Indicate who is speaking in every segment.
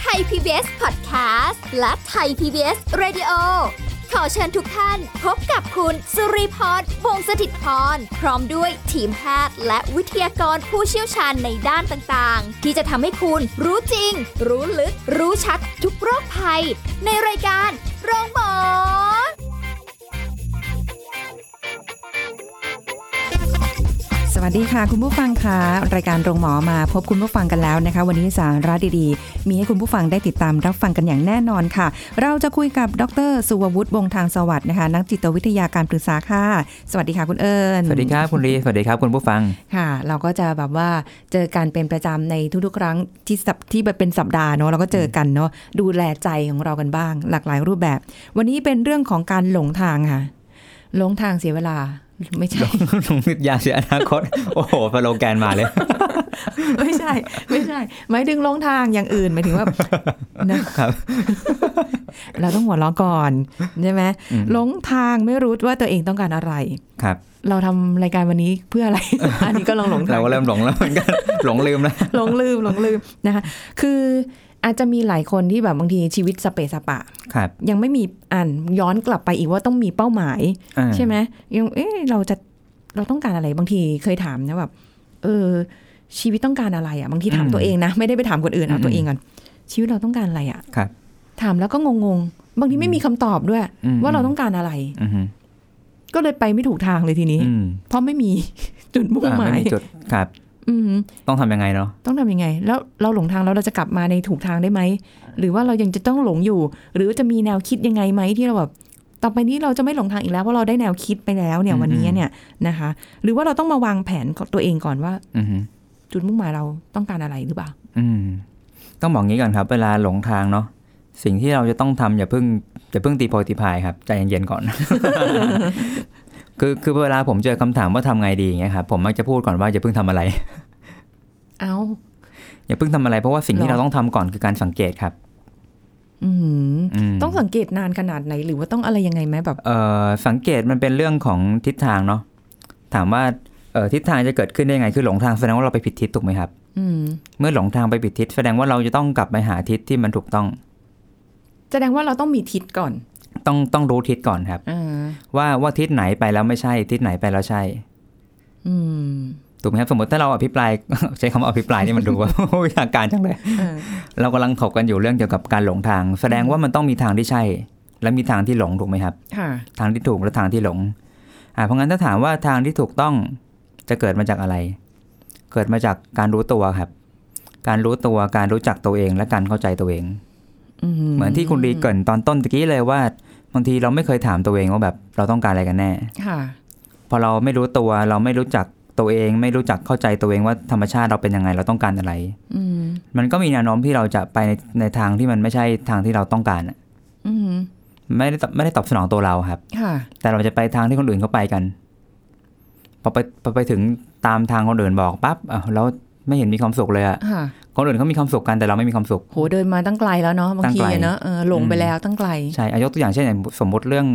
Speaker 1: ไทย PBS Podcast และไทย PBS Radio ขอเชิญทุกท่านพบกับคุณสุริพรวงศสถิตพร พร้อมด้วยทีมแพทย์และวิทยากรผู้เชี่ยวชาญในด้านต่างๆ ที่จะทำให้คุณรู้จริง รู้ลึก รู้ชัดทุกโรคภัย ในรายการโรงพยาบาล
Speaker 2: สวัสดีค่ะ คุณผู้ฟังค่ะรายการโรงหมอมาพบคุณผู้ฟังกันแล้วนะคะ วันนี้สาระดีๆ มีให้คุณผู้ฟังได้ติดตามรับฟังกันอย่างแน่นอนค่ะ เราจะคุยกับดรสุวัวุฒิวงศ์ทางสวัสดิ์นะคะ นักจิตวิทยาการปรึกษาค่ะ สวัสดีค่ะคุณเอิญ
Speaker 3: สวัสดีครับคุณลีสวัสดีครับคุณผู้ฟัง
Speaker 2: ค่ะ เราก็จะแบบว่าเจอกันเป็นประจำในทุกๆ ครั้งที่สัปที่เป็นสัปดาห์เนาะเราก็เจอกันเนาะดูแลใจของเรากันบ้าง หลากหลายรูปแบบ วันนี้เป็นเรื่องของการหลงทางค่ะ หลงทางเสียเวลาไม่ใช่
Speaker 3: ลงนิดยาเสียอนาคต โอ้โหพโลแกนมาเลย
Speaker 2: ไม่ใช่ ไม่ใช่ หมายถึงลงทางอย่างอื่นหมายถึง ว่า นะ
Speaker 3: ครับ
Speaker 2: เราต้องหัวเราะก่อนใช่ไหม
Speaker 3: อืม
Speaker 2: หลงทางไม่รู้ว่าตัวเองต้องการอะไร
Speaker 3: ครับ
Speaker 2: เราทำรายการวันนี้เพื่อ อะไร อันนี้ก็ลองหลงทา
Speaker 3: เรา
Speaker 2: ง
Speaker 3: ก็เริ่มหลงแล้วเหมือนกัน หลงลืมแล้ว
Speaker 2: หลงลืมหลงลืมนะคะ คืออาจจะมีหลายคนที่แบบบางทีชีวิตสเปะสปะ
Speaker 3: ครับ
Speaker 2: ยังไม่มีอ่านย้อนกลับไปอีกว่าต้องมีเป้าหมาย
Speaker 3: อ่า
Speaker 2: ใช่ไหมยังเอ๊ะเราจะเราต้องการอะไรบางทีเคยถามนะแบบเออ ชีวิตต้องการอะไรอ่ะบางทีถามตัวเองนะ ไม่ได้ไปถามคนอื่นเอาตัวเองก่อนชีวิตเราต้องการอะไรอ่ะ
Speaker 3: ครับ
Speaker 2: ถามแล้วก็งงๆ บางทีไม่มีคำตอบด้วย
Speaker 3: อืม
Speaker 2: ว่าเราต้องการอะไร
Speaker 3: อือหือ
Speaker 2: ก็เลยไปไม่ถูกทางเลยทีนี้
Speaker 3: อืม
Speaker 2: เพราะไม่มี จุดมุ่ง
Speaker 3: อ่า
Speaker 2: หมา
Speaker 3: ไม่
Speaker 2: ย
Speaker 3: มีจุดครับ
Speaker 2: อืม
Speaker 3: ต้องทำยังไงเนาะ
Speaker 2: ต้องทำยังไง แล้วเราหลงทางแล้วเราจะกลับมาในถูกทางได้ไหม หรือว่าเรายังจะต้องหลงอยู่ หรือจะมีแนวคิดยังไงไหมที่เราแบบต่อไปนี้เราจะไม่หลงทางอีกแล้วเพราะเราได้แนวคิดไปแล้วเนี่ยวันนี้เนี่ยนะคะ หรือว่าเราต้องมาวางแผนกับตัวเองก่อนว่า
Speaker 3: อือหือ
Speaker 2: จุดมุ่งหมายเราต้องการอะไรหรือเปล่า
Speaker 3: อืมต้องบอกงี้ก่อนครับ เวลาหลงทางเนาะสิ่งที่เราจะต้องทำอย่าเพิ่งอย่าเพิ่งตีโพยตีพายครับใจเย็นๆก่อน คือคือเวลาผมเจอคำถามว่าทำไงดีอย่างเงี้ยครับผมมักจะพูดก่อนว่าอย่าเพิ่งทำอะไร
Speaker 2: เอา
Speaker 3: อย่าเพิ่งทำอะไรเพราะว่าสิ่งที่
Speaker 2: หรอ
Speaker 3: เราต้องทำก่อนคือการสังเกตครับ
Speaker 2: อืม
Speaker 3: อืม
Speaker 2: ต้องสังเกตนานขนาดไหน หรือว่าต้องอะไรยังไงไหมแบบ
Speaker 3: เอ่อสังเกตมันเป็นเรื่องของทิศทางเนาะถามว่าเอ่อทิศทางจะเกิดขึ้นได้ยังไงคือหลงทางแสดงว่าเราไปผิดทิศถูกไหมครับ
Speaker 2: อืม
Speaker 3: เมื่อหลงทางไปผิดทิศแสดงว่าเราจะต้องกลับไปหาทิศที่มันถูกต้อง
Speaker 2: แสดงว่าเราต้องมีทิศก่อน
Speaker 3: ต้องต้องรู้ทิศก่อนครับ
Speaker 2: อ่า
Speaker 3: ว่าว่าทิศไหนไปแล้วไม่ใช่ทิศไหนไปแล้วใช่
Speaker 2: อืม
Speaker 3: ถูกไหมครับสมมติถ้าเราอภิปราย ใช้คำว่าอภิปรายนี่มันดูว่า วิชาการจังเลย
Speaker 2: เออ
Speaker 3: เรากำลังถกกันอยู่เรื่องเกี่ยวกับการหลงทาง แสดงว่ามันต้องมีทางที่ใช่ และมีทางที่หลงถูกไหมครับ
Speaker 2: ค่ะ
Speaker 3: ทางที่ถูกและทางที่หลง อ่า เพราะงั้นถ้าถามว่าทางที่ถูกต้องจะเกิดมาจากอะไร เกิดมาจากการรู้ตัวครับ การรู้ตัว การรู้จักตัวเอง และการเข้าใจตัวเอง
Speaker 2: อื
Speaker 3: เหมือนที่คุณรีเกรินตอนต้นตะกี้เลยว่าบางทีเราไม่เคยถามตัวเองว่าแบบเราต้องการอะไรกันแน่
Speaker 2: ค่ะ
Speaker 3: พอเราไม่รู้ตัว เราไม่รู้จักตัวเอง ไม่รู้จักเข้าใจตัวเองว่าธรรมชาติเราเป็นยังไง เราต้องการอะไร
Speaker 2: อืม
Speaker 3: มันก็มีแนวโน้มที่เราจะไปในในทางที่มันไม่ใช่ทางที่เราต้องการอะ
Speaker 2: อืม
Speaker 3: ไม่ได้ตอบไม่ได้ตอบสนองตัวเราครับ
Speaker 2: ค่ะ
Speaker 3: แต่เราจะไปทางที่คนอื่นเขาไปกัน พอไปพอไปถึงตามทางคนอื่นบอกปั๊บอ้าวแล้วไม่เห็นมีความสุขเลยอะ
Speaker 2: ค่ะ
Speaker 3: คนอื่นเขามีความสุขกันแต่เราไม่มีความสุข
Speaker 2: โหเดินมาตั้งไกลแล้วเนาะบางที
Speaker 3: ตั้งไกล
Speaker 2: อะเนาะเออหลงไปแล้วตั้งไกล
Speaker 3: ใช่อายกตัวอย่างเช่นอย่างสมมติเรื่อง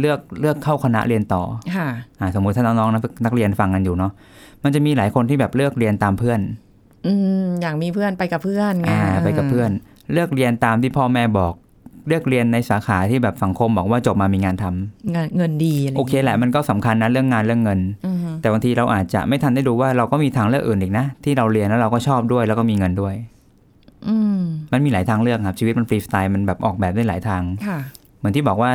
Speaker 3: เลือกเลือกเข้าคณะเรียนต่อ
Speaker 2: ค่ะ
Speaker 3: อ่าสมมติถ้าน้องๆนักนักเรียนฟังกันอยู่เนาะมันจะมีหลายคนที่แบบเลือกเรียนตามเพื่อน
Speaker 2: อืมอย่างมีเพื่อนไปกับเพื่อนไง
Speaker 3: อ่าไปกับเพื่อน เลือกเรียนตามที่พ่อแม่บอก เลือกเรียนในสาขาที่แบบสังคมบอกว่าจบมามีงานทำ
Speaker 2: เงินเงินดีอะไร
Speaker 3: โอเคแหละมันก็สำคัญนะเรื่องงานเรื่องเงิน
Speaker 2: อืม
Speaker 3: แต่บางทีเราอาจจะไม่ทันได้ดูว่าเราก็มีทางเลือกอื่นอีกนะ ที่เราเรียนแล้วเราก็ชอบด้วยแล้วก็มีเงินด้วย
Speaker 2: อืม
Speaker 3: มันมีหลายทางเลือกครับชีวิตมันฟรีสไตล์มันแบบออกแบบได้หลายทาง
Speaker 2: ค่ะ
Speaker 3: เหมือนที่บอกว่า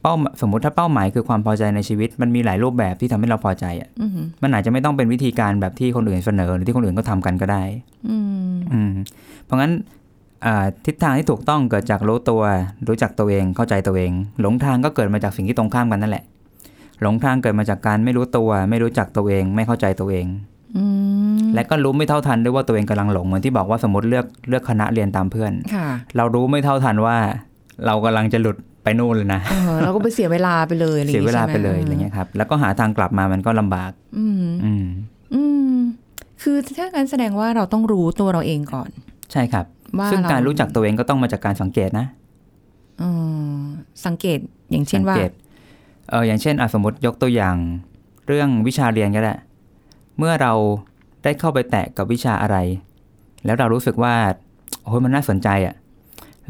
Speaker 3: เป้าสมมติถ้าเป้าหมายคือความพอใจในชีวิต มันมีหลายรูปแบบที่ทำให้เราพอใจอ่ะ
Speaker 2: อืม
Speaker 3: มันอาจจะไม่ต้องเป็นวิธีการแบบที่คนอื่นเสนอ หรือที่คนอื่นก็ทำกันก็ได้
Speaker 2: อืม
Speaker 3: อืมเพราะงั้นอ่าทิศทางที่ถูกต้องเกิดจากรู้ตัว รู้จักตัวเองเข้าใจตัวเอง หลงทางก็เกิดมาจากสิ่งที่ตรงข้ามกันนั่นแหละ หลงทางเกิดมาจากการไม่รู้ตัว ไม่รู้จักตัวเอง ไม่เข้าใจตัวเอง
Speaker 2: อืม
Speaker 3: และก็รู้ไม่เท่าทันด้วยว่าตัวเองกำลังหลงเหมือนที่บอกว่าสมมติเลือกเลือกคณะเรียนตามเพื่อน
Speaker 2: ค่ะ
Speaker 3: เรารู้ไม่เท่าทันว่า เรากำลังจะหลุดไปนู่นเลยนะ
Speaker 2: เออเราก็ไปเสียเวลาไปเลยอะไรอ
Speaker 3: เสีย
Speaker 2: ง
Speaker 3: เว
Speaker 2: งี้
Speaker 3: ลา
Speaker 2: ใช่หม
Speaker 3: ไปเลยอะไรเงี้ยครับแล้วก็หาทางกลับมามันก็ลำบาก
Speaker 2: อืม
Speaker 3: อืม
Speaker 2: อืมคือถ้างั้นแสดงว่าเราต้องรู้ตัวเราเองก่อน
Speaker 3: ใช่ครับ
Speaker 2: ว่า
Speaker 3: ซึ่ง
Speaker 2: เ
Speaker 3: การรู้จักตัวเองก็ต้องมาจากการสังเกตนะ
Speaker 2: เอ่อสังเกตอย่างเช่น
Speaker 3: สั
Speaker 2: ว่า
Speaker 3: เกตเอออย่างเช่นอ่ะสมมติยกตัวอย่าง เรื่องวิชาเรียนก็ได้ เมื่อเราได้เข้าไปแตะกับวิชาอะไร แล้วเรารู้สึกว่าโอ้ยมันน่าสนใจอะ่ะ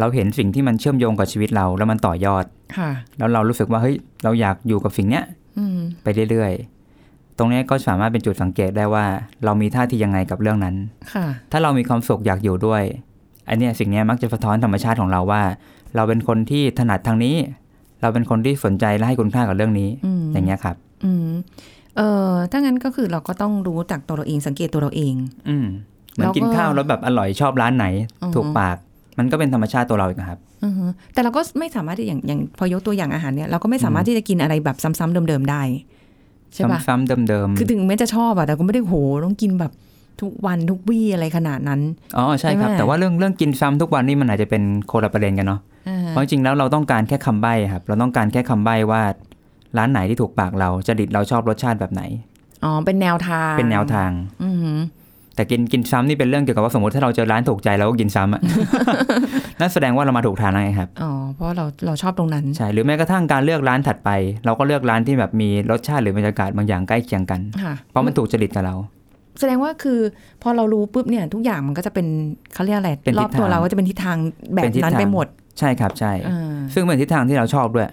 Speaker 3: เราเห็นสิ่งที่มันเชื่อมโยงกับชีวิตเรา แล้วมันต่อยอด
Speaker 2: ค่ะ
Speaker 3: แล้วเรารู้สึกว่าเฮ้ยเราอยากอยู่กับสิ่งเนี้ย
Speaker 2: อืม
Speaker 3: ไปเรื่อยๆ ตรงเนี้ยก็สามารถเป็นจุดสังเกตได้ว่า เรามีท่าทียังไงกับเรื่องนั้น
Speaker 2: ค่ะ
Speaker 3: ถ้าเรามีความสุขอยากอยู่ด้วยอันเนี้ยสิ่งเนี้ยมักจะสะท้อนธรรมชาติของเราว่า เราเป็นคนที่ถนัดทางนี้ เราเป็นคนที่สนใจและให้คุณค่ากับเรื่องนี้
Speaker 2: อืม
Speaker 3: อย่างเงี้ยครับ
Speaker 2: อืม เออถ้างั้นก็คือเราก็ต้องรู้จากตัวเราเองสังเกตตัวเราเอง
Speaker 3: อืมเหมือนกินข้าวแล้วแบบอร่อยชอบร้านไหน
Speaker 2: อือฮึ
Speaker 3: ถูกปาก มันก็เป็นธรรมชาติตัวเราอีกนะครับ
Speaker 2: อือฮึแต่เราก็ไม่สามารถที่อย่างอย่างพอยกตัวอย่างอาหารเนี่ยเราก็ไม่สามารถที่จะกินอะไรแบบซ้ำๆเดิมๆได้ใช่ปะ
Speaker 3: ซ้ำๆเดิม
Speaker 2: คือถึงแม้จะชอบอะแต่ก็ไม่ได้โหต้องกินแบบทุกวันทุกวี่อะไรขนาดนั้น
Speaker 3: ๆอ๋อใช่ครับ
Speaker 2: ใช่ไหม
Speaker 3: แต่ว่าเรื่องเรื่องกินซ้ำทุกวันนี่มันอาจจะเป็นโคนละประเด็นกันเนาะ
Speaker 2: อ่า
Speaker 3: เพราะจริงๆแล้วเราต้องการแค่คำใบ้ครับ เราต้องการแค่คำใบ้ว่าร้านไหนที่ถูกปากเราจริตเราชอบรสชาติแบบไหน
Speaker 2: อ๋อเป็นแนวทาง
Speaker 3: เป็นแนวทาง
Speaker 2: อือฮึ
Speaker 3: แต่กินกินซ้ำนี่เป็นเรื่องเกี่ยวกับว่าสมมติถ้าเราเจอร้านถูกใจเราก็กิน ซ้ำอะ นั่นแสดงว่าเรามาถูกทางแล้วไงครับ
Speaker 2: อ๋อเพราะเราเราชอบตรงนั้น
Speaker 3: ใช่หรือแม้กระทั่งการเลือกร้านถัดไป เราก็เลือกร้านที่แบบมีรสชาติหรือบรรยากาศบางอย่างใกล้เคียงกัน
Speaker 2: ค่ะ
Speaker 3: เพราะมันถูกจริตกับเรา
Speaker 2: แสดงว่าคือพอเรารู้ปุ๊บเนี่ยทุกอย่างมันก็จะเป็นเขาเรียกอะไร
Speaker 3: เป็น
Speaker 2: ร
Speaker 3: ทิศ
Speaker 2: อบตัว
Speaker 3: ทาง
Speaker 2: เราก็จะเป็นทิศทางแบบ
Speaker 3: เป็นทิศ
Speaker 2: นั้น
Speaker 3: ทาง
Speaker 2: ไปหมด
Speaker 3: ใช่ครับใช่
Speaker 2: อ่า
Speaker 3: ซึ่งเป็นทิศทางที่เราชอบด้วย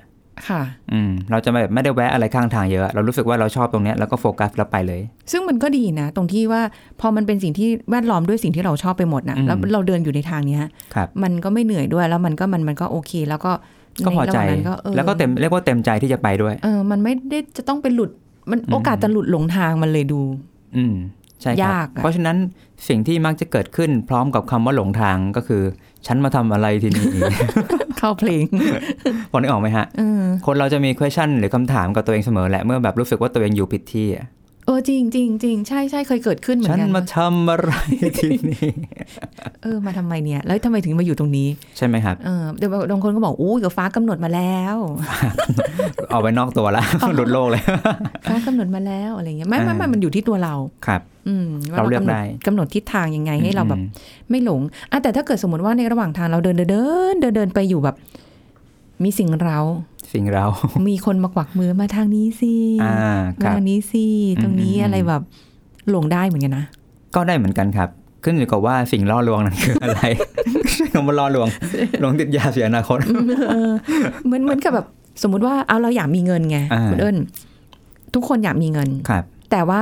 Speaker 2: ค่ะ
Speaker 3: อืมเราจะแบบไม่ได้แวะอะไรข้างทางเยอะ เรารู้สึกว่าเราชอบตรงเนี้ยแล้วก็โฟกัสแล้วไปเลย
Speaker 2: ซึ่งมันก็ดีนะ ตรงที่ว่าพอมันเป็นสิ่งที่แวดล้อมด้วยสิ่งที่เราชอบไปหมดนะ
Speaker 3: อืม
Speaker 2: แล้วเราเดินอยู่ในทางเนี้ย
Speaker 3: ครับ
Speaker 2: มันก็ไม่เหนื่อยด้วยแล้วมันก็มันมันก็โอเค แล้วก็
Speaker 3: ก็พอใจ
Speaker 2: นระหว่างนั้นก็เออ
Speaker 3: แล้วก็เต็มเรียกว่าเต็มใจที่จะไปด้วย
Speaker 2: เออมันไม่ได้จะต้องไปหลุดมัน
Speaker 3: อืม
Speaker 2: โอกาสจะหลุดหลงทางมันเลยดู
Speaker 3: อืมใช่ครับ
Speaker 2: ยากอะ
Speaker 3: เพราะฉะนั้นสิ่งที่มักจะเกิดขึ้นพร้อมกับคำว่าหลงทางก็คือ ฉันมาทำอะไรที่ นี่
Speaker 2: เข้าเพลง
Speaker 3: พอนึกออกไหมฮะ
Speaker 2: เออ
Speaker 3: คนเราจะมี question หรือคำถามกับตัวเองเสมอแหละ เมื่อแบบรู้สึกว่าตัวเองอยู่ผิดที่อะ
Speaker 2: เออจริงจริงจริงใช่ใช่เคยเกิดขึ้นเหมือ
Speaker 3: ฉัน
Speaker 2: นกัน
Speaker 3: มาทำอะไรที่นี่
Speaker 2: เออมาทำไมเนี่ย แล้วทำไมถึงมาอยู่ตรงนี้
Speaker 3: ใช่ไหมครับ
Speaker 2: เออเดี๋ยวบางคนก็บอกโอ้ยเดี๋ยวฟ้ากำหนดมาแล้ว
Speaker 3: ออกไปนอก ตัวละ หลุดโลกเลย
Speaker 2: ฟ้ากำหนดมาแล้วอะไรเงี้ยไม่ไม่ไม่
Speaker 3: อ่ามั
Speaker 2: มันอยู่ที่ตัวเรา
Speaker 3: ครับ
Speaker 2: อืมว่
Speaker 3: เราเลือก
Speaker 2: ำหน
Speaker 3: ได้
Speaker 2: กำหนดทิศทางยังไงให้เราแบบ
Speaker 3: อืม
Speaker 2: ไม่หลงอ่ะแต่ถ้าเกิดสมมติว่าในระหว่างทางเราเดินเดินเดินเดินเดินไปอยู่แบบ มีสิ่งเรา
Speaker 3: สิ่งเรา
Speaker 2: มีคนมากวักมือมาทางนี้สิ
Speaker 3: อ่าค
Speaker 2: มา
Speaker 3: รับ
Speaker 2: ทางนี้สิตรงนี้
Speaker 3: อืมอืม
Speaker 2: อะไรแบบหลงได้เหมือนกันนะ
Speaker 3: ก็ได้เหมือนกันครับ ขึ้นอยู่กับว่าสิ่งล่อลวงนั้นคืออะไร ใช้คำว่าล่อล วงหลงติดยาเสียอนาคต
Speaker 2: เออเหมือนเหมือนกับแบบ สมมุติว่าเอาเราอยากมีเงินไง
Speaker 3: อ่า
Speaker 2: คุณเอิญทุกคนอยากมีเงิน
Speaker 3: ครับ
Speaker 2: แต่ว่า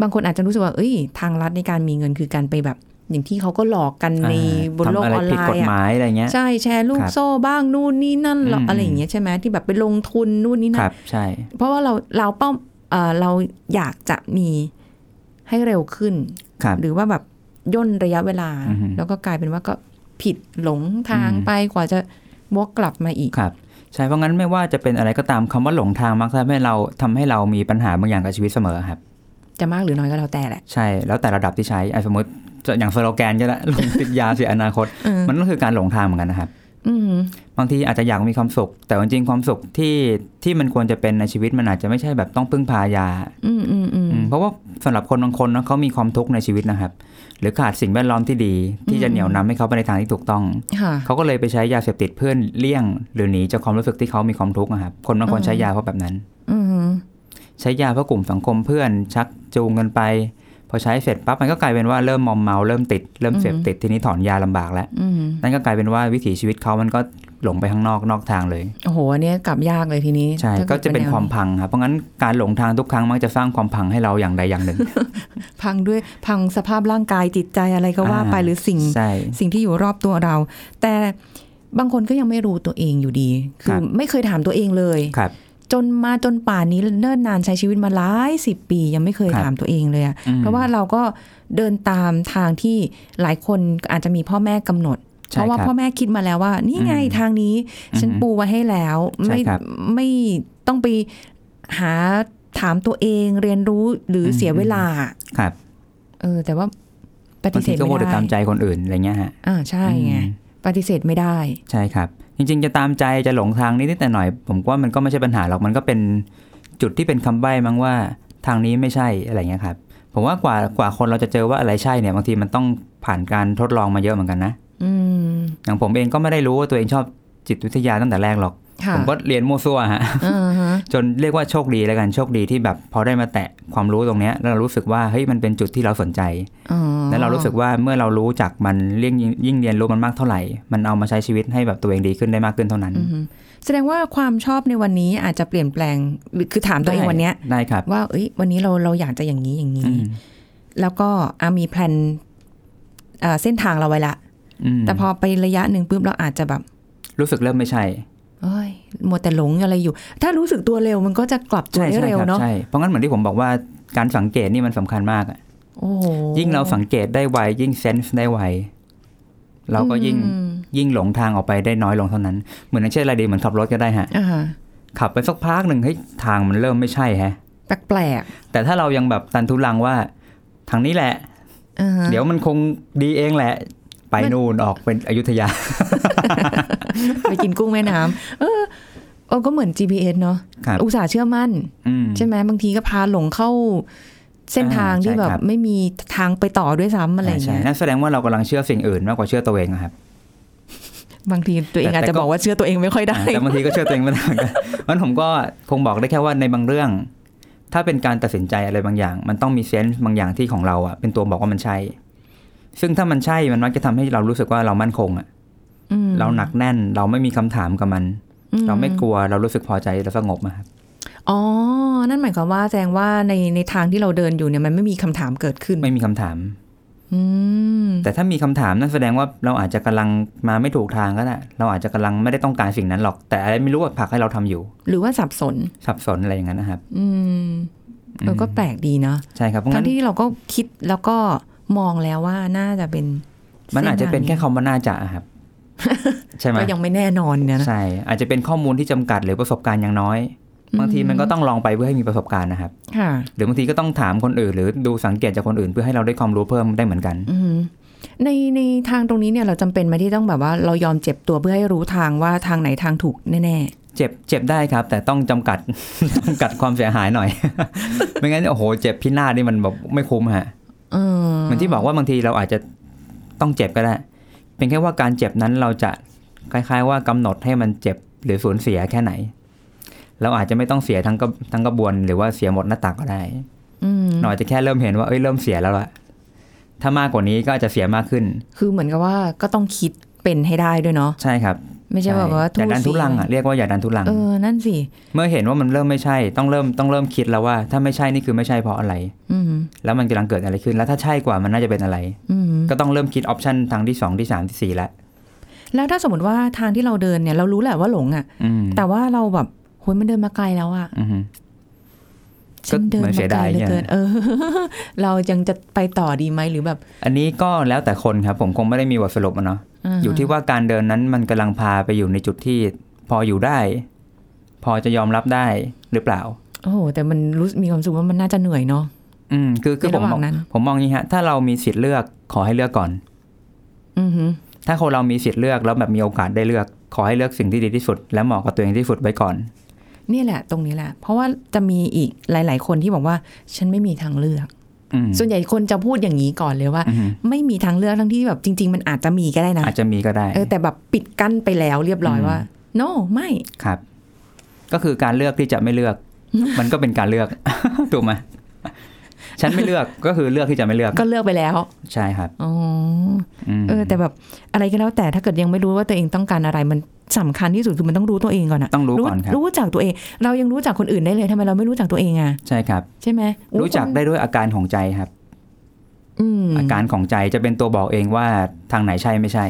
Speaker 2: บางคนอาจจะรู้สึกว่า เอ้ย ทางรัฐในการมีเงินคือการไปแบบ อย่างที่เขาก็หลอกกันในบนโลกอ
Speaker 3: ทำะ
Speaker 2: อน
Speaker 3: ไร
Speaker 2: ไล
Speaker 3: ผิดกฎ
Speaker 2: น์
Speaker 3: ห
Speaker 2: อะ
Speaker 3: มายอะไรเงี้ย
Speaker 2: ใช่แชร์ลู
Speaker 3: ค
Speaker 2: ก
Speaker 3: รับ
Speaker 2: โซ่บ้างนู่นนี่นั่นหรอก
Speaker 3: อืม
Speaker 2: อะไรอย่างเงี้ยใช่ไหมที่แบบไปลงทุนนู่นนี่นั่
Speaker 3: คน รับ ใช่
Speaker 2: เพราะว่าเราเราเป้าเอ่อเราอยากจะมีให้เร็วขึ้น
Speaker 3: ครับ
Speaker 2: หรือว่าแบบย่นระยะเวลา
Speaker 3: อือฮึ
Speaker 2: แล้วก็กลายเป็นว่าก็ผิดหลงทาง
Speaker 3: อืม
Speaker 2: ไปกว่าจะวกกลับมาอีก
Speaker 3: ครับ ใช่ เพราะงั้นไม่ว่าจะเป็นอะไรก็ตามคำว่าหลงทางมักทำให้เราทำให้เรามีปัญหาบางอย่างกับชีวิตเสมอครับ
Speaker 2: จะมากหรือน้อยก็แล้วแต่แหละ
Speaker 3: ใช่ แล้วแต่ระดับที่ใช้อ่ะสมมติจะอย่างสโลแกนก็แล้ว หลงติดยาเสียอนาคต
Speaker 2: เออ
Speaker 3: มันก็คือการหลงทางเหมือนกันนะครับ
Speaker 2: อืม
Speaker 3: บางทีอาจจะอยากมีความสุข แต่จริงๆความสุขที่ที่มันควรจะเป็นในชีวิตมันอาจจะไม่ใช่แบบต้องพึ่งพายา
Speaker 2: อืมอืมอืม
Speaker 3: อืมเพราะว่าสำหรับคนบางคนนะเขามีความทุกข์ในชีวิตนะครับ หรือขาดสิ่งแวดล้อมที่ดี ที่จะ
Speaker 2: อืม
Speaker 3: เหนี่ยวนำให้เขาไปในทางที่ถูกต้อง
Speaker 2: ค่ะ
Speaker 3: เขาก็เลยไปใช้ยาเสพติดเพื่อนเลี่ยง หรือหนีจากความรู้สึกที่เขามีความทุกข์นะครับ คนบางคน
Speaker 2: อืม
Speaker 3: ใช้ยาเพราะแบบนั้น
Speaker 2: อืม
Speaker 3: ใช้ยาเพื่อกลุ่มสังคมเพื่อนชักจูงกันไป พอใช้เสร็จปั๊บมันก็กลายเป็นว่าเริ่มมอมเมาเริ่มติดเริ่มเสพติดทีนี้ถอนยาลำบากแล้ว
Speaker 2: อืม
Speaker 3: นั่นก็กลายเป็นว่าวิถีชีวิตเขามันก็หลงไปข้างนอกนอกทางเลย
Speaker 2: โอ้โหอันเนี้ยกลับยากเลยทีนี้
Speaker 3: ใช่
Speaker 2: ถ้า
Speaker 3: ก็
Speaker 2: ด
Speaker 3: จะเป็น
Speaker 2: แว
Speaker 3: ความพังครับ เพราะงั้นการหลงทางทุกครั้งมักจะสร้างความพังให้เราอย่างใดอย่างหนึ่ง
Speaker 2: พังด้วยพังสภาพร่างกายจิตใจอะไรก็ว่า
Speaker 3: อ่า
Speaker 2: ไปหรือสิ่ง
Speaker 3: ใช่
Speaker 2: สิ่งที่อยู่รอบตัวเรา แต่บางคนก็ยังไม่รู้ตัวเองอยู่ดี คื
Speaker 3: ครั
Speaker 2: อบ ไม่เคยถามตัวเองเลย
Speaker 3: ครับ
Speaker 2: จนมาจนป่านนี้เนิ่นนานใช้ชีวิตมาหลายสิบปี ยังไม่เคย
Speaker 3: ครับ
Speaker 2: ถามตัวเองเลยอะ
Speaker 3: อืม
Speaker 2: เพราะว่าเราก็เดินตามทางที่หลายคนอาจจะมีพ่อแม่กำหนด เพ
Speaker 3: ใช่
Speaker 2: ราะว่า
Speaker 3: ค
Speaker 2: พ่อบ แม่คิดมาแล้วว่า นี่ไง
Speaker 3: อืม
Speaker 2: ทางนี้ ฉัน
Speaker 3: อืม
Speaker 2: ปูไว้ให้แล้ว
Speaker 3: ใช่
Speaker 2: ไม่
Speaker 3: ครับ
Speaker 2: ไม่ต้องไปหาถามตัวเองเรียนรู้หรืออ
Speaker 3: ม
Speaker 2: เสียเวลา
Speaker 3: ครับ
Speaker 2: เออ แต่ว่าป
Speaker 3: บา
Speaker 2: ฏิ
Speaker 3: ง
Speaker 2: เส
Speaker 3: ที
Speaker 2: ธ
Speaker 3: ก็โม
Speaker 2: ไม่
Speaker 3: เดล
Speaker 2: ได้
Speaker 3: ตามใจคนอื่นอะไรเงี้ยฮะ
Speaker 2: อ่าใช่ไง
Speaker 3: อืม
Speaker 2: ปฏิเสธไม่ได้
Speaker 3: ใช่ครับ จริง ๆ จะตามใจจะหลงทางนิดๆแต่หน่อย ผมว่ามันก็ไม่ใช่ปัญหาหรอกมันก็เป็นจุดที่เป็นคำใบ้มั้งว่าทางนี้ไม่ใช่อะไรเงี้ยครับผมว่ากว่ากว่าคนเราจะเจอว่าอะไรใช่เนี่ยบางทีมันต้องผ่านการทดลองมาเยอะเหมือนกันนะ
Speaker 2: อืม
Speaker 3: อย่างผมเองก็ไม่ได้รู้ว่าตัวเองชอบจิตวิทยาตั้งแต่แรกหรอก
Speaker 2: ค่ะ
Speaker 3: ผมก็เรียนมั่วซั่วฮะ
Speaker 2: อ่าฮะ
Speaker 3: จนเรียกว่าโชคดีแล้วกันโชคดีที่แบบพอได้มาแตะความรู้ตรงเนี้ยแล้วเรารู้สึกว่าเฮ้ยมันเป็นจุดที่เราสนใจ
Speaker 2: อ๋อ
Speaker 3: แล้วเรารู้สึกว่าเมื่อเรารู้จักมันเรียงยิ่งเรียนรู้มันมากเท่าไหร่ มันเอามาใช้ชีวิตให้แบบตัวเองดีขึ้นได้มากขึ้นเท่านั้น
Speaker 2: อือฮึแสดงว่าความชอบในวันนี้อาจจะเปลี่ยนแปลงหรือคือถามตัวเองวันเนี้ย
Speaker 3: ได้ครับ
Speaker 2: ว่าเอ้ย วันนี้เราเราอยากจะอย่างนี้อย่าง
Speaker 3: อื
Speaker 2: นี้
Speaker 3: ม
Speaker 2: แล้วก็อะมีแพลนเอ่อเส้นทางเราไว้ละ
Speaker 3: ม
Speaker 2: แต่พอไประยะหนึ่งปุ๊บเราอาจจะแบบ
Speaker 3: รู้สึกเริ่มไม่ใช่
Speaker 2: เอ้ยมัวแต่หลงอะไรอยู่ ถ้ารู้สึกตัวเร็วมันก็จะกลับตัว
Speaker 3: ใช่
Speaker 2: ได้
Speaker 3: ใช่
Speaker 2: เร็ว
Speaker 3: ครับ
Speaker 2: เนาะ
Speaker 3: ใช่เพราะงั้นเหมือนที่ผมบอกว่าการสังเกตนี่มันสำคัญมากอะ
Speaker 2: โอ้โห
Speaker 3: ยิ่งเราสังเกตได้ไวยิ่งเซนส์ได้ไวเราก็ยิ่ง
Speaker 2: อืม
Speaker 3: ยิ่งหลงทางออกไปได้น้อยลงเท่านั้น เหมือนอย่างเช่นอะไรดีเหมือนขับรถก็ได้ฮะ
Speaker 2: อ่าฮะ
Speaker 3: ขับไปสักพักหนึ่งเฮ้ยทางมันเริ่มไม่ใช่แฮะ
Speaker 2: แปลก
Speaker 3: แต่ถ้าเรายังแบบตันทุลังว่าทางนี้แหละ
Speaker 2: ๆอ่าฮะ
Speaker 3: เดี๋ยวมันคงดีเองแหละ ไปนู่นออกเป็นอยุธยา
Speaker 2: ไปกินกุ้งแม่น้ำเออเออก็เหมือน GPS เนาะ
Speaker 3: ครับ
Speaker 2: อุตส่าห์เชื่อมั่น
Speaker 3: อืม
Speaker 2: ใช่ไหมบางทีก็พาหลงเข้าเส้นทาง
Speaker 3: อ่า
Speaker 2: ที่
Speaker 3: ใช่
Speaker 2: แบบ
Speaker 3: ครับ
Speaker 2: ไม่มีทางไปต่อด้วยซ้ำอะไรอย่าง
Speaker 3: ใช่
Speaker 2: เงี้ย
Speaker 3: นั่นแสดงว่าเรากำลังเชื่อสิ่งอื่นมากกว่าเชื่อตัวเองอะครับ
Speaker 2: บางทีตัวเอง
Speaker 3: แต่
Speaker 2: อาจ
Speaker 3: แต่
Speaker 2: จะ
Speaker 3: ก็
Speaker 2: บอกว่าเชื่อตัวเองไม่ค่อยได้
Speaker 3: อ่าแต่บางทีก็เชื่อตัวเองไม่ได้เหมือน กันมันผมก็คงบอกได้แค่ว่าในบางเรื่อง ถ้าเป็นการตัดสินใจอะไรบางอย่าง มันต้องมีเซนส์บางอย่างที่ของเราอะเป็นตัวบอกว่ามันใช่ ซึ่งถ้ามันใช่มันมักจะทำให้เรารู้สึกว่าเรามั่นคงอะ
Speaker 2: อืม
Speaker 3: เราหนักแน่นเราไม่มีคำถามกับมัน
Speaker 2: อื
Speaker 3: เราไม่กลัวเรารู้สึกพอใจเราสงบอะครับ
Speaker 2: อ๋อ นั่นหมายความว่าแสดงว่าในในทางที่เราเดินอยู่เนี่ยมันไม่มีคำถามเกิดขึ้น
Speaker 3: ไม่มีคำถาม
Speaker 2: อืม
Speaker 3: แต่ถ้ามีคำถามนั่นแสดงว่าเราอาจจะกำลังมาไม่ถูกทางก็ได้เราอาจจะกำลังไม่ได้ต้องการสิ่งนั้นหรอก แต่อะไรไม่รู้ว่าผลักให้เราทำอยู่
Speaker 2: หรือว่าสับสน
Speaker 3: สับสนอะไรอย่างนั้นนะครับ
Speaker 2: อืมเอออ
Speaker 3: ม
Speaker 2: ก็แปลกดีนะ
Speaker 3: ใช่ครับเพราะ
Speaker 2: ทั้
Speaker 3: งั้
Speaker 2: ง
Speaker 3: น
Speaker 2: ที่เราก็คิดแล้วก็มองแล้วว่าน่าจะเป็น
Speaker 3: มันอาจจะเป็นแค่
Speaker 2: ส้
Speaker 3: คำว่าน่าจะ ครับ ใช่ไหม
Speaker 2: ทางนี้ก็ยังไม่แน่นอนเนี่ยนะ
Speaker 3: ใช่ อาจจะเป็นข้อมูลที่จำกัดหรือประสบการณ์อย่างน้อย บางทีมันก็ต้องลองไปเพื่อให้มีประสบการณ์นะครับ
Speaker 2: ค่ะ
Speaker 3: หรือบางทีก็ต้องถามคนอื่น หรือดูสังเกตจากคนอื่น เพื่อให้เราได้ความรู้เพิ่มได้เหมือนกัน
Speaker 2: อืมในในทางตรงนี้เนี่ยเราจำเป็นไหมที่ต้องแบบว่าเรายอมเจ็บตัวเพื่อให้รู้ทางว่าทางไหนทางถูกแน่
Speaker 3: เจ็บเจ็บได้ครับ แต่ต้องจำกัด จำกัดความเสียหายหน่ อย ไม่งั้นโอ้โห เจ็บพินาศนี่มันแบบไม่คุ้มฮะ
Speaker 2: ๆเออ
Speaker 3: เหมือนที่บอกว่าบางทีเราอาจจะต้องเจ็บก็ได้ เป็นแค่ว่าการเจ็บนั้นเราจะคล้าย ๆ ว่ากำหนดให้มันเจ็บหรือสูญเสียแค่ไหน เราอาจจะไม่ต้องเสียทั้งกระทั้งกระบวนหรือว่าเสียหมดหน้าตักก็ได้
Speaker 2: อืม
Speaker 3: หน่อยจะแค่เริ่มเห็นว่าเอ้ยเริ่มเสียแล้วละถ้ามากกว่านี้ก็อาจจะเสียมากขึ้น
Speaker 2: คือเหมือนกับว่าก็ต้องคิดเป็นให้ได้ด้วยเนาะ
Speaker 3: ใช่ครับ
Speaker 2: ไม่ใช่แบบว่า
Speaker 3: อย่าดันทุลังอ่ะเรียกว่าอย่าดันทุลัง
Speaker 2: เออนั่นสิ
Speaker 3: เมื่อเห็นว่ามันเริ่มไม่ใช่ ต้องเริ่มต้องเริ่มคิดแล้วว่า ถ้าไม่ใช่นี่คือไม่ใช่เพราะอะไร
Speaker 2: อืม
Speaker 3: แล้วมันกำลังเกิดอะไรขึ้น แล้วถ้าใช่กว่ามันน่าจะเป็นอะไร
Speaker 2: อืม
Speaker 3: ก็ต้องเริ่มคิดออปชันทางที่สองที่สามที่สี่แล้ว
Speaker 2: แล้วถ้าสมมติว่าทางที่เราเดินเนี่ยเรารู้แหละว่าหลงอะ่ะ
Speaker 3: อืม
Speaker 2: แต่ว่าเราแบบโหยมันเดินมาไกลแล้วอะ่ะ
Speaker 3: อือฮึ ก็
Speaker 2: ฉันเดิน
Speaker 3: เห
Speaker 2: มา
Speaker 3: มือนเสีย
Speaker 2: ไกล
Speaker 3: ดาย
Speaker 2: เหลือเกิน
Speaker 3: เนี่ย
Speaker 2: เออ เรายังจะไปต่อดีไหมหรือแบบ
Speaker 3: อันนี้ก็แล้วแต่คนครับ ผมคงไม่ได้มีบทสรุปอะเนาะ
Speaker 2: า
Speaker 3: อยู่ที่ว่าการเดินนั้นมันกำลังพาไปอยู่ในจุดที่พออยู่ได้ พอจะยอมรับได้หรือเปล่า
Speaker 2: โอ้โหแต่มันรู้สึกมีความสุขว่ามันน่าจะเหนื่อยเนาะ
Speaker 3: อืมคือคือ
Speaker 2: ใน
Speaker 3: ผ
Speaker 2: ระ
Speaker 3: ม
Speaker 2: หว่าม
Speaker 3: อง
Speaker 2: งนั้น
Speaker 3: ผมมองอย่างนี้ฮะ ถ้าเรามีสิทธิ์เลือกขอให้เลือกก่อน
Speaker 2: อือหือ
Speaker 3: ถ้าคนเรามีสิทธิ์เลือกแล้วแบบมีโอกาสได้เลือก ขอให้เลือกสิ่งที่ดีที่สุด และเหมาะกับตัวเองที่สุดไว้ก่อน
Speaker 2: นี่แหละตรงนี้แหละ เพราะว่าจะมีอีกหลาย ๆ คนที่บอกว่า ฉันไม่มีทางเลือก
Speaker 3: อืม
Speaker 2: ส่วนใหญ่คนจะพูดอย่างนี้ก่อนเลยว่า
Speaker 3: อือฮึ
Speaker 2: ไม่มีทางเลือกทั้งที่แบบจริง ๆ มันอาจจะมีก็ได้นะ
Speaker 3: อาจจะมีก็ได้
Speaker 2: เออแต่แบบปิดกั้นไปแล้วเรียบร้อย
Speaker 3: อืม
Speaker 2: ว่า no ไม่
Speaker 3: ครับ ก็คือการเลือกที่จะไม่เลือก มันก็เป็นการเลือก ถูกไหมฉันไม่เลือกก็คือเลือกที่จะไม่เลือก
Speaker 2: ก็เลือกไปแล้ว
Speaker 3: ใช่ครับ
Speaker 2: อ๋อ
Speaker 3: ม
Speaker 2: เออ แต่แบบอะไรก็แล้วแต่ถ้าเกิดยังไม่รู้ว่าตัวเองต้องการอะไรมันสำคัญที่สุดคือมันต้องรู้ตัวเองก่อนอะ
Speaker 3: ต้องรู้ก่อนครับ
Speaker 2: รู้จักตัวเอง เรายังรู้จักคนอื่นได้เลยทำไมเราไม่รู้จักตัวเองอะ
Speaker 3: ใช่ครับ
Speaker 2: ใช่ไหมอุ๊ย
Speaker 3: รู้จัก
Speaker 2: คน
Speaker 3: ได้ด้วยอาการของใจครับ
Speaker 2: อืม
Speaker 3: อาการของใจจะเป็นตัวบอกเองว่าทางไหนใช่ไม่ใช่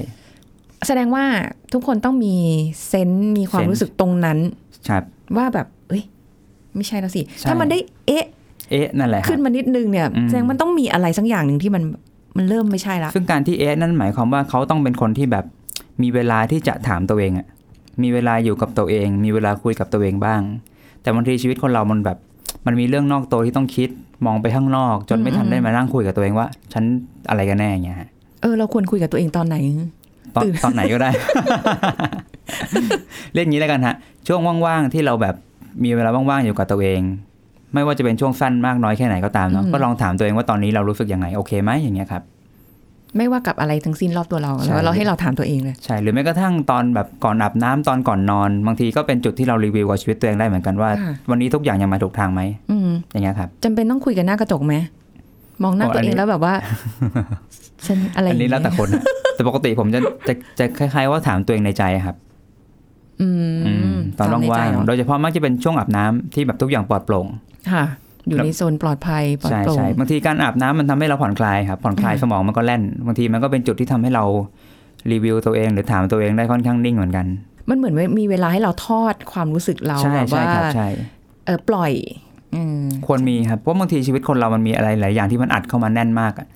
Speaker 2: แสดงว่าทุกคนต้องมีเซนส์มีความ
Speaker 3: เซนส์
Speaker 2: รู้สึกตรงนั้น
Speaker 3: ครับ
Speaker 2: ว่าแบบ เอ้ย ไม่ใช่แล้วสิ
Speaker 3: ใช่
Speaker 2: ถ้ามันได้เอ๊ะ
Speaker 3: เอ๊ะนั่นแหละค
Speaker 2: ขึ้
Speaker 3: รั
Speaker 2: น
Speaker 3: บ
Speaker 2: มานิดนึงเนี่ย
Speaker 3: อืม
Speaker 2: แสดงมันต้องมีอะไรสักอย่างหนึ่งที่มันมันเริ่มไม่ใช่ละ
Speaker 3: ซึ่งการที่เอ๊ะนั่นหมายความว่าเขาต้องเป็นคนที่แบบมีเวลาที่จะถามตัวเองอะมีเวลาอยู่กับตัวเอง มีเวลาคุยกับตัวเองบ้าง แต่บางทีชีวิตคนเรามันแบบ มันมีเรื่องนอกตัวที่ต้องคิดมองไปข้างนอก จนไม่ทันได้มานั่งคุยกับตัวเองว่า ฉันอะไรกันแน่อย่างเงี้ยฮะ
Speaker 2: เออเราควรคุยกับตัวเองตอนไหน
Speaker 3: ตอน
Speaker 2: ตื่น
Speaker 3: ตอนไหนก็ ได้ เรียกอย่างนี้แล้วกันฮะช่วงว่างๆที่เราแบบมีเวลาว่างๆอยู่กับตัวเอง ไม่ว่าจะเป็นช่วงสั้นมากน้อยแค่ไหนก็ตามเนาะ
Speaker 2: อืม
Speaker 3: ก็ลองถามตัวเองว่าตอนนี้เรารู้สึกยังไงโอเคไหมอย่างเงี้ยครับ
Speaker 2: ไม่ว่ากับอะไรทั้งสิ้นรอบตัวเรา
Speaker 3: ใช่
Speaker 2: แล้วเราให้เราถามตัวเองเลย
Speaker 3: ใช่หรือแม้กระทั่งตอนแบบก่อนอาบน้ำตอนก่อนนอน บางทีก็เป็นจุดที่เรารีวิวกับชีวิตตัวเองได้เหมือนกันว่า
Speaker 2: ค่ะ
Speaker 3: วันนี้ทุกอย่างยังมาถูกทางไหม
Speaker 2: อืม
Speaker 3: อย่างเงี้ยครับ
Speaker 2: จำเป็นต้องคุยกันหน้ากระจกไหมมองหน้า
Speaker 3: โอ้
Speaker 2: ตัวเอ
Speaker 3: อันนี้
Speaker 2: งแล้วแบบ ว่า ฉันอะไร
Speaker 3: อันนี้แล้วแต่ คนนะแต่ปกติผมจะจะจะคล้าย ๆ ว่าถามตัวเองในใจครับ
Speaker 2: อื
Speaker 3: อื
Speaker 2: ม
Speaker 3: มตอน
Speaker 2: ฟัในใจ
Speaker 3: ว่าง
Speaker 2: เหรอ
Speaker 3: ๆโดยเฉพาะมักจะเป็นช่วงอาบน้ำที่แบบทุกอย่างปลอดโปร่ง
Speaker 2: ค่ะ อยู่
Speaker 3: แล้ว
Speaker 2: ในโซนปลอดภัยปลอด
Speaker 3: ใช่
Speaker 2: โปร่ง
Speaker 3: ใช่บางทีการอาบน้ำมันทำให้เราผ่อนคลายครับผ่อนคลาย
Speaker 2: อืม
Speaker 3: สมองมันก็แล่น บางทีมันก็เป็นจุดที่ทำให้เรารีวิวตัวเองหรือถามตัวเองได้ค่อนข้างนิ่งเหมือนกัน
Speaker 2: มันเหมือนว่ามีเวลาให้เราทอดความรู้สึกเรา
Speaker 3: ใช่
Speaker 2: แบบ
Speaker 3: ใช่
Speaker 2: ว่า
Speaker 3: ครับใช่
Speaker 2: เออปล่อยอืม
Speaker 3: ควรมีครับ เพราะบางทีชีวิตคนเรามันมีอะไรหลายอย่างที่มันอัดเข้ามาแน่นมากอะ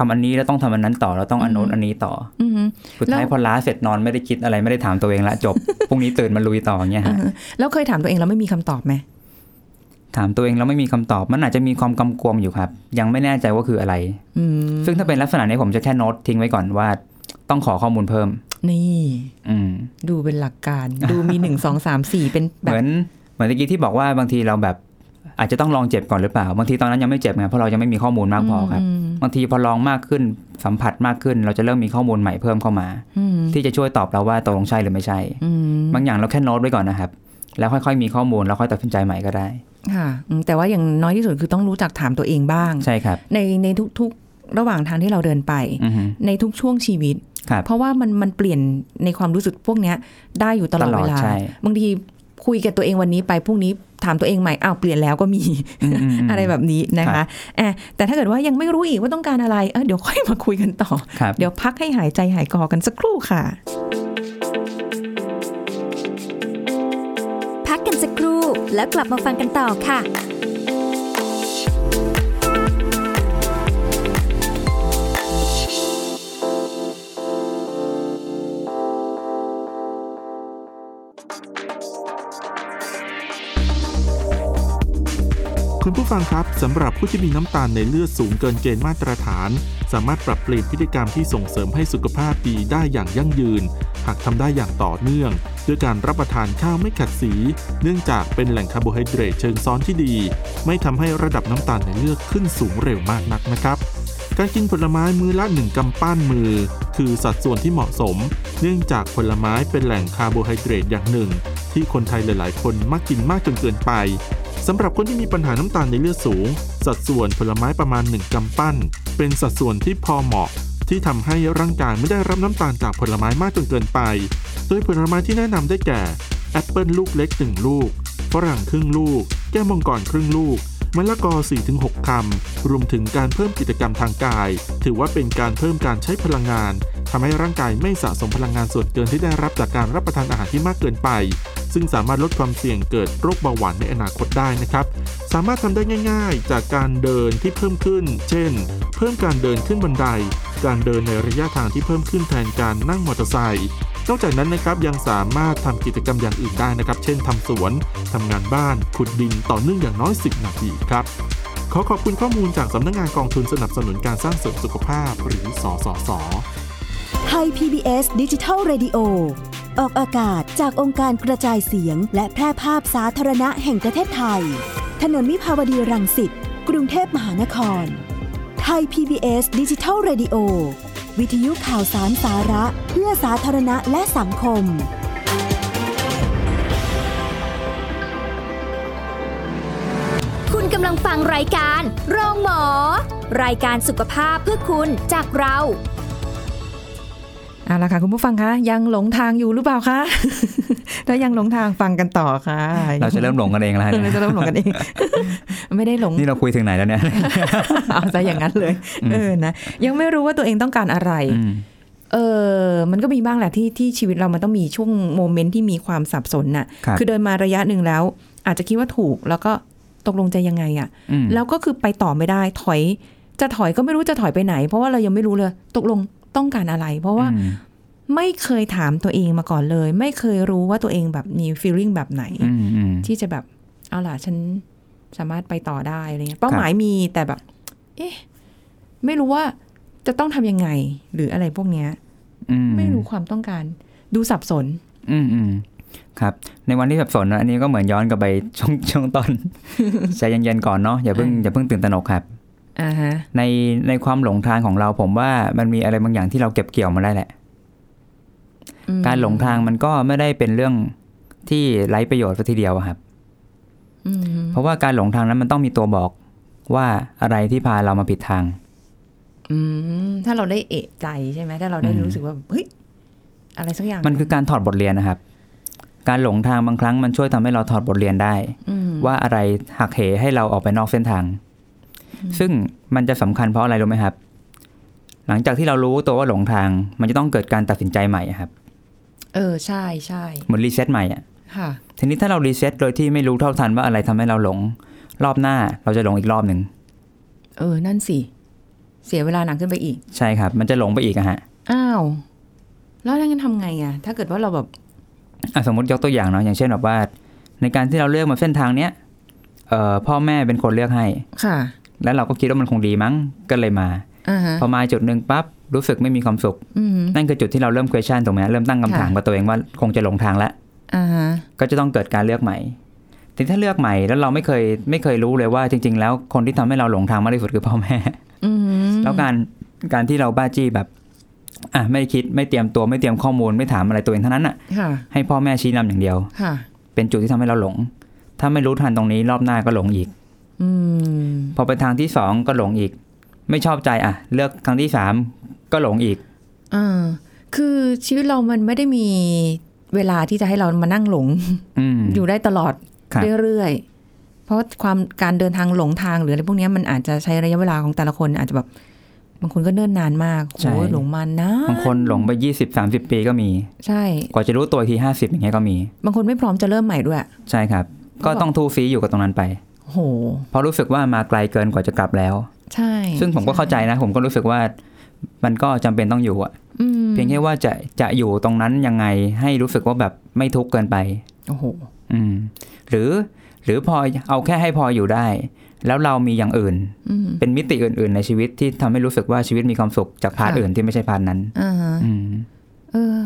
Speaker 3: ทำอันนี้แล้วต้องทำอันนั้นต่อแล้วต้องอันโน้นอันนี้ต่อ
Speaker 2: อืม
Speaker 3: สุดท้าย
Speaker 2: แล้ว
Speaker 3: พอล้าเสร็จนอนไม่ได้คิดอะไรไม่ได้ถามตัวเองละจบ พรุ่งนี้ตื่นมาลุยต่ออย่างเงี้ยฮะ
Speaker 2: แล้วเคยถามตัวเองแล้วไม่มีคำตอบไหม
Speaker 3: ถามตัวเองแล้วไม่มีคำตอบมันอาจจะมีความกำกวมอยู่ครับ ยังไม่แน่ใจว่าคืออะไร
Speaker 2: อืม
Speaker 3: ซึ่งถ้าเป็นลักษณะนี้ผมจะแค่โน้ตทิ้งไว้ก่อนว่า ต้องขอข้อมูลเพิ่ม
Speaker 2: นี่
Speaker 3: อืม
Speaker 2: ดูเป็นหลักการ ดูมีหนึ่งสองสามสี่เป็น
Speaker 3: เห
Speaker 2: แบบ
Speaker 3: มือนเหมือนตะกี้ที่บอกว่าบางทีเราแบบ อาจจะต้องลองเจ็บก่อนหรือเปล่า บางทีตอนนั้นยังไม่เจ็บไงเพราะเรายังไม่มีข้อมูลมากพอครับ
Speaker 2: ม
Speaker 3: บางทีพอลองมากขึ้นสัมผัสมากขึ้น เราจะเริ่มมีข้อมูลใหม่เพิ่มเข้ามา
Speaker 2: อืม
Speaker 3: ที่จะช่วยตอบเราว่าตกลงใช่หรือไม่ใช่
Speaker 2: อืม
Speaker 3: บางอย่างเราแค่โน้ตไว้ก่อนนะครับ แล้วค่อยๆมีข้อมูลแล้วค่อยตัดสินใจใหม่ก็ได้
Speaker 2: ค่ะอืมแต่ว่าอย่างน้อยที่สุดคือต้องรู้จักถามตัวเองบ้าง
Speaker 3: ใช่ครับ
Speaker 2: ในในทุกๆ ระหว่างทางที่เราเดินไป
Speaker 3: อือฮึ
Speaker 2: ในทุกช่วงชีวิต
Speaker 3: ครับ
Speaker 2: เพราะว่ามันมันเปลี่ยนในความรู้สึกพวกเนี้ย ได้อยู่ตลอด
Speaker 3: ตลอด
Speaker 2: เวลา
Speaker 3: ใช่
Speaker 2: บางทีคุยกับตัวเองวันนี้ไปพรุ่งนี้ถามตัวเองใหม่อ้าวเปลี่ยนแล้วก็มี
Speaker 3: อืมอืมม
Speaker 2: อะไรแบบนี้นะ
Speaker 3: ครั
Speaker 2: คะ
Speaker 3: บ
Speaker 2: อ่ะแต่ถ้าเกิดว่ายังไม่รู้อีกว่าต้องการอะไรเออเดี๋ยวค่อยมาคุยกันต่อ
Speaker 3: ครับ
Speaker 2: เดี๋ยวพักให้หายใจหายคอกันสักครู่ค่ะ
Speaker 1: พักกันสักครู่แล้วกลับมาฟังกันต่อค่ะ
Speaker 4: คุณผู้ฟังครับสำหรับผู้ที่มีน้ำตาลในเลือดสูงเกินเกณฑ์มาตรฐาน สามารถปรับเปลี่ยนพฤติกรรมที่ส่งเสริมให้สุขภาพดีได้อย่างยั่งยืน หากทำได้อย่างต่อเนื่อง ด้วยการรับประทานข้าวไม่ขัดสี เนื่องจากเป็นแหล่งคาร์โบไฮเดรตเชิงซ้อนที่ดี ไม่ทำให้ระดับน้ำตาลในเลือดขึ้นสูงเร็วมากนักนะครับ การกินผลไม้มือละหนึ่งกำปั้นมือ คือสัดส่วนที่เหมาะสม เนื่องจากผลไม้เป็นแหล่งคาร์โบไฮเดรตอย่างหนึ่ง ที่คนไทยหลาย ๆ คนมักกินมากจนเกินไป สำหรับคนที่มีปัญหาน้ำตาลในเลือดสูง สัดส่วนผลไม้ประมาณ 1 กำปั้น เป็นสัดส่วนที่พอเหมาะ ที่ทำให้ร่างกายไม่ได้รับน้ำตาลจากผลไม้มากจนเกินไป โดยผลไม้ที่แนะนำได้แก่แอปเปิลลูกเล็ก 1 ลูก ฝรั่งครึ่งลูก แก้วมังกรครึ่งลูก มะละกอ 4-6 คำ รวมถึงการเพิ่มกิจกรรมทางกาย ถือว่าเป็นการเพิ่มการใช้พลังงานทำให้ร่างกายไม่สะสมพลังงานส่วนเกินที่ได้รับจากการรับประทานอาหารที่มากเกินไป ซึ่งสามารถลดความเสี่ยงเกิดโรคเบาหวานในอนาคตได้นะครับ สามารถทำได้ง่าย ๆ จากการเดินที่เพิ่มขึ้น เช่น เพิ่มการเดินขึ้นบันได การเดินในระยะทางที่เพิ่มขึ้นแทนการนั่งมอเตอร์ไซค์นอกจากนั้นนะครับยังสามารถทำกิจกรรมอย่างอื่นได้นะครับ เช่นทำสวนทำงานบ้านขุดดินต่อเนื่องอย่างน้อย 10 นาทีครับ ขอขอบคุณข้อมูลจากสำนักงานกองทุนสนับสนุนการสร้างเสริมสุขภาพหรือสสส
Speaker 5: ไทย PBS ดิจิทัล Radio ออกอากาศจากองค์การกระจายเสียง และแพร่ภาพสาธารณะแห่งประเทศไทย ถนนมิภาวดีรังสิต กรุงเทพมหานคร ไทย PBS ดิจิทัล Radio วิทยุข่าวสารสาระเพื่อสาธารณะและสังคม
Speaker 1: คุณกำลังฟังรายการ โรงหมอ รายการสุขภาพเพื่อคุณจากเรา
Speaker 2: เอาละค่ะคุณผู้ฟังคะยังหลงทางอยู่หรือเปล่าคะ ถ้ายังหลงทางฟังกันต่อค่ะ
Speaker 3: เราจะเริ่มหลงกันเองแล้ ว
Speaker 2: เรา
Speaker 3: เนี่ย
Speaker 2: จะเริ่มหลงกันเอง ไม่ได้ห ลง
Speaker 3: นี่เราคุยถึงไหนแล้วเนี่ย
Speaker 2: เอาซะอย่างนั้นเลย เออนะยังไม่รู้ว่าตัวเองต้องการอะไร
Speaker 3: อืม
Speaker 2: เออมันก็มีบ้างแหละที่ที่ชีวิตเรามันต้องมีช่วงโมเมนต์ที่มีความสับสนน่ะ
Speaker 3: ครับ
Speaker 2: อเดินมาระยะหนึ่งแล้ว อาจจะคิดว่าถูกแล้วก็ตกลงใจยังไงอะ่ะ
Speaker 3: อืม
Speaker 2: แล้วก็คือไปต่อไม่ได้ถอย จะถอยก็ไม่รู้จะถอยไปไหน เพราะว่าเรายังไม่รู้เลย ตกลงต้องการอะไร เพราะว่า
Speaker 3: อืม
Speaker 2: ไม่เคยถามตัวเองมาก่อนเลย ไม่เคยรู้ว่าตัวเองแบบมี feeling แบบไหน
Speaker 3: อืมอืม
Speaker 2: ที่จะแบบเอาล่ะฉันสามารถไปต่อได้อะไรเงี้ยเป้าหมายมีแต่แบบ เอ๊ะไม่รู้ว่าจะต้องทำยังไง หรืออะไรพวกเนี้ย
Speaker 3: อื
Speaker 2: ไม่รู้ความต้องการ ดูสับสน
Speaker 3: อืมอืมครับ ในวันที่สับสนนะอัน นี้ก็เหมือนย้อนกลับไปช่วงช่วงต้น ใจเย็นๆก่อนเนาะอย่าเพิ่ง
Speaker 2: อืม
Speaker 3: อย่าเพิ่งตื่นตระหนกครับ
Speaker 2: อ่าฮะ
Speaker 3: ในในความหลงทางของเราผมว่ามันมีอะไรบางอย่างที่เราเก็บเกี่ยวมาได้แหละ
Speaker 2: อืม
Speaker 3: การหลงทางมันก็ไม่ได้เป็นเรื่องที่ไร้ประโยชน์ซะทีเดียวอะครับ
Speaker 2: อืม
Speaker 3: เพราะว่าการหลงทางนั้นมันต้องมีตัวบอกว่าอะไรที่พาเรามาผิดทาง
Speaker 2: อืมถ้าเราได้เอะใจใช่ไหมถ้าเราได้
Speaker 3: อืม
Speaker 2: รู้สึกว่าเฮ้ยอะไรสักอย่าง
Speaker 3: มันคือการถอดบทเรียนนะครับ การหลงทางบางครั้งมันช่วยทำให้เราถอดบทเรียนได้
Speaker 2: อืม
Speaker 3: ว่าอะไรหักเหให้เราออกไปนอกเส้นทาง ซึ่งมันจะสำคัญเพราะอะไรรู้ไหมครับ หลังจากที่เรารู้ตัวว่าหลงทาง มันจะต้องเกิดการตัดสินใจใหม่อะครับ
Speaker 2: เออใช่ใช่
Speaker 3: เหมือนรีเซ็ตใหม่อะ
Speaker 2: ค่ะ
Speaker 3: ทีนี้ถ้าเรารีเซ็ตโดยที่ไม่รู้เท่าทันว่าอะไรทำให้เราหลง รอบหน้าเราจะหลงอีกรอบหนึ่ง
Speaker 2: เออนั่นสิ เสียเวลาหนักขึ้นไปอีก
Speaker 3: ใช่ครับ มันจะหลงไปอีกอะฮะ
Speaker 2: อ้าว แล้วงั้นทำไงอะถ้าเกิดว่าเราแบบ
Speaker 3: อ่ะสมมติยกตัวอย่างเนาะอย่างเช่นแบบว่า ในการที่เราเลือกมาเส้นทางเนี้ยเอ่อพ่อแม่เป็นคนเลือกให้
Speaker 2: ค่ะ
Speaker 3: แล้วเราก็คิดว่ามันคงดีมั้งก็เลยมา
Speaker 2: อ่าฮะ
Speaker 3: พอมาจุดหนึ่งปั๊บรู้สึกไม่มีความสุข
Speaker 2: อืม
Speaker 3: นั่นคือจุดที่เราเริ่ม question ถูกไหมเริ่มตั้งคำถาม
Speaker 2: ค่ะ
Speaker 3: กับตัวเองว่าคงจะหลงทางแล้ว
Speaker 2: อ่าฮะ
Speaker 3: ก็จะต้องเกิดการเลือกใหม่ทีนี้ถ้าเลือกใหม่แล้วเราไม่เคยไม่เคยรู้เลยว่าจริง ๆ แล้วคนที่ทำให้เราหลงทางมากที่สุดคือพ่อแม่
Speaker 2: อืม
Speaker 3: แล้วการการที่เราบ้าจี้แบบอ่ะไม่คิดไม่เตรียมตัวไม่เตรียมข้อมูลไม่ถามอะไรตัวเองทั้งนั้นอ่ะ
Speaker 2: ค่ะ
Speaker 3: ให้พ่อแม่ชี้นำอย่างเดียว
Speaker 2: ค่ะ
Speaker 3: เป็นจุดที่ทำให้เราหลง ถ้าไม่รู้ทันตรงนี้รอบหน้าก็หลงอีก
Speaker 2: อืม
Speaker 3: พอไปทางที่สองก็หลงอีก ไม่ชอบใจอ่ะ เลือกทางที่สามก็หลงอีก
Speaker 2: อ่า คือชีวิตเรามันไม่ได้มีเวลาที่จะให้เรามานั่งหลง
Speaker 3: อืม
Speaker 2: อยู่ได้ตลอด
Speaker 3: ครับ
Speaker 2: เรื่อยๆ เพราะความการเดินทางหลงทางหรืออะไรพวกเนี้ยมันอาจจะใช้ระยะเวลาของแต่ละคน อาจจะแบบบางคนก็เนิ่นนานมาก
Speaker 3: ใช่
Speaker 2: โอ้ยหลงมันนะ
Speaker 3: บางคนหลงไปยี่สิบสามสิบปีก็มี
Speaker 2: ใช่
Speaker 3: กว่าจะรู้ตัวอีกทีห้าสิบอย่างเงี้ยก็มี
Speaker 2: บางคนไม่พร้อมจะเริ่มใหม่ด้วย
Speaker 3: ใช่ครับ
Speaker 2: ก็
Speaker 3: ก็
Speaker 2: บอก
Speaker 3: ต้องทูฟีอยู่กับตรงนั้นไป
Speaker 2: โอ้โห
Speaker 3: เพราะรู้สึกว่ามาไกลเกินกว่าจะกลับแล้ว
Speaker 2: ใช่
Speaker 3: ซึ่งผมก็เข้าใจนะ ผมก็รู้สึกว่ามันก็จำเป็นต้องอยู่อะ
Speaker 2: อืม
Speaker 3: เพียงแค่ว่าจะจะอยู่ตรงนั้นยังไงให้รู้สึกว่าแบบไม่ทุกข์เกินไป
Speaker 2: โอ้โห
Speaker 3: อืม หรือหรือพอเอาแค่ให้พออยู่ได้ แล้วเรามีอย่างอื่น
Speaker 2: อืม
Speaker 3: เป็นมิติอื่น ๆ ในชีวิตที่ทำให้รู้สึกว่าชีวิตมีความสุขจากพาร์ท
Speaker 2: ค่ะ
Speaker 3: อื่นที่ไม่ใช่พาร์ทนั้น
Speaker 2: อ่าฮะ
Speaker 3: อืม
Speaker 2: เออ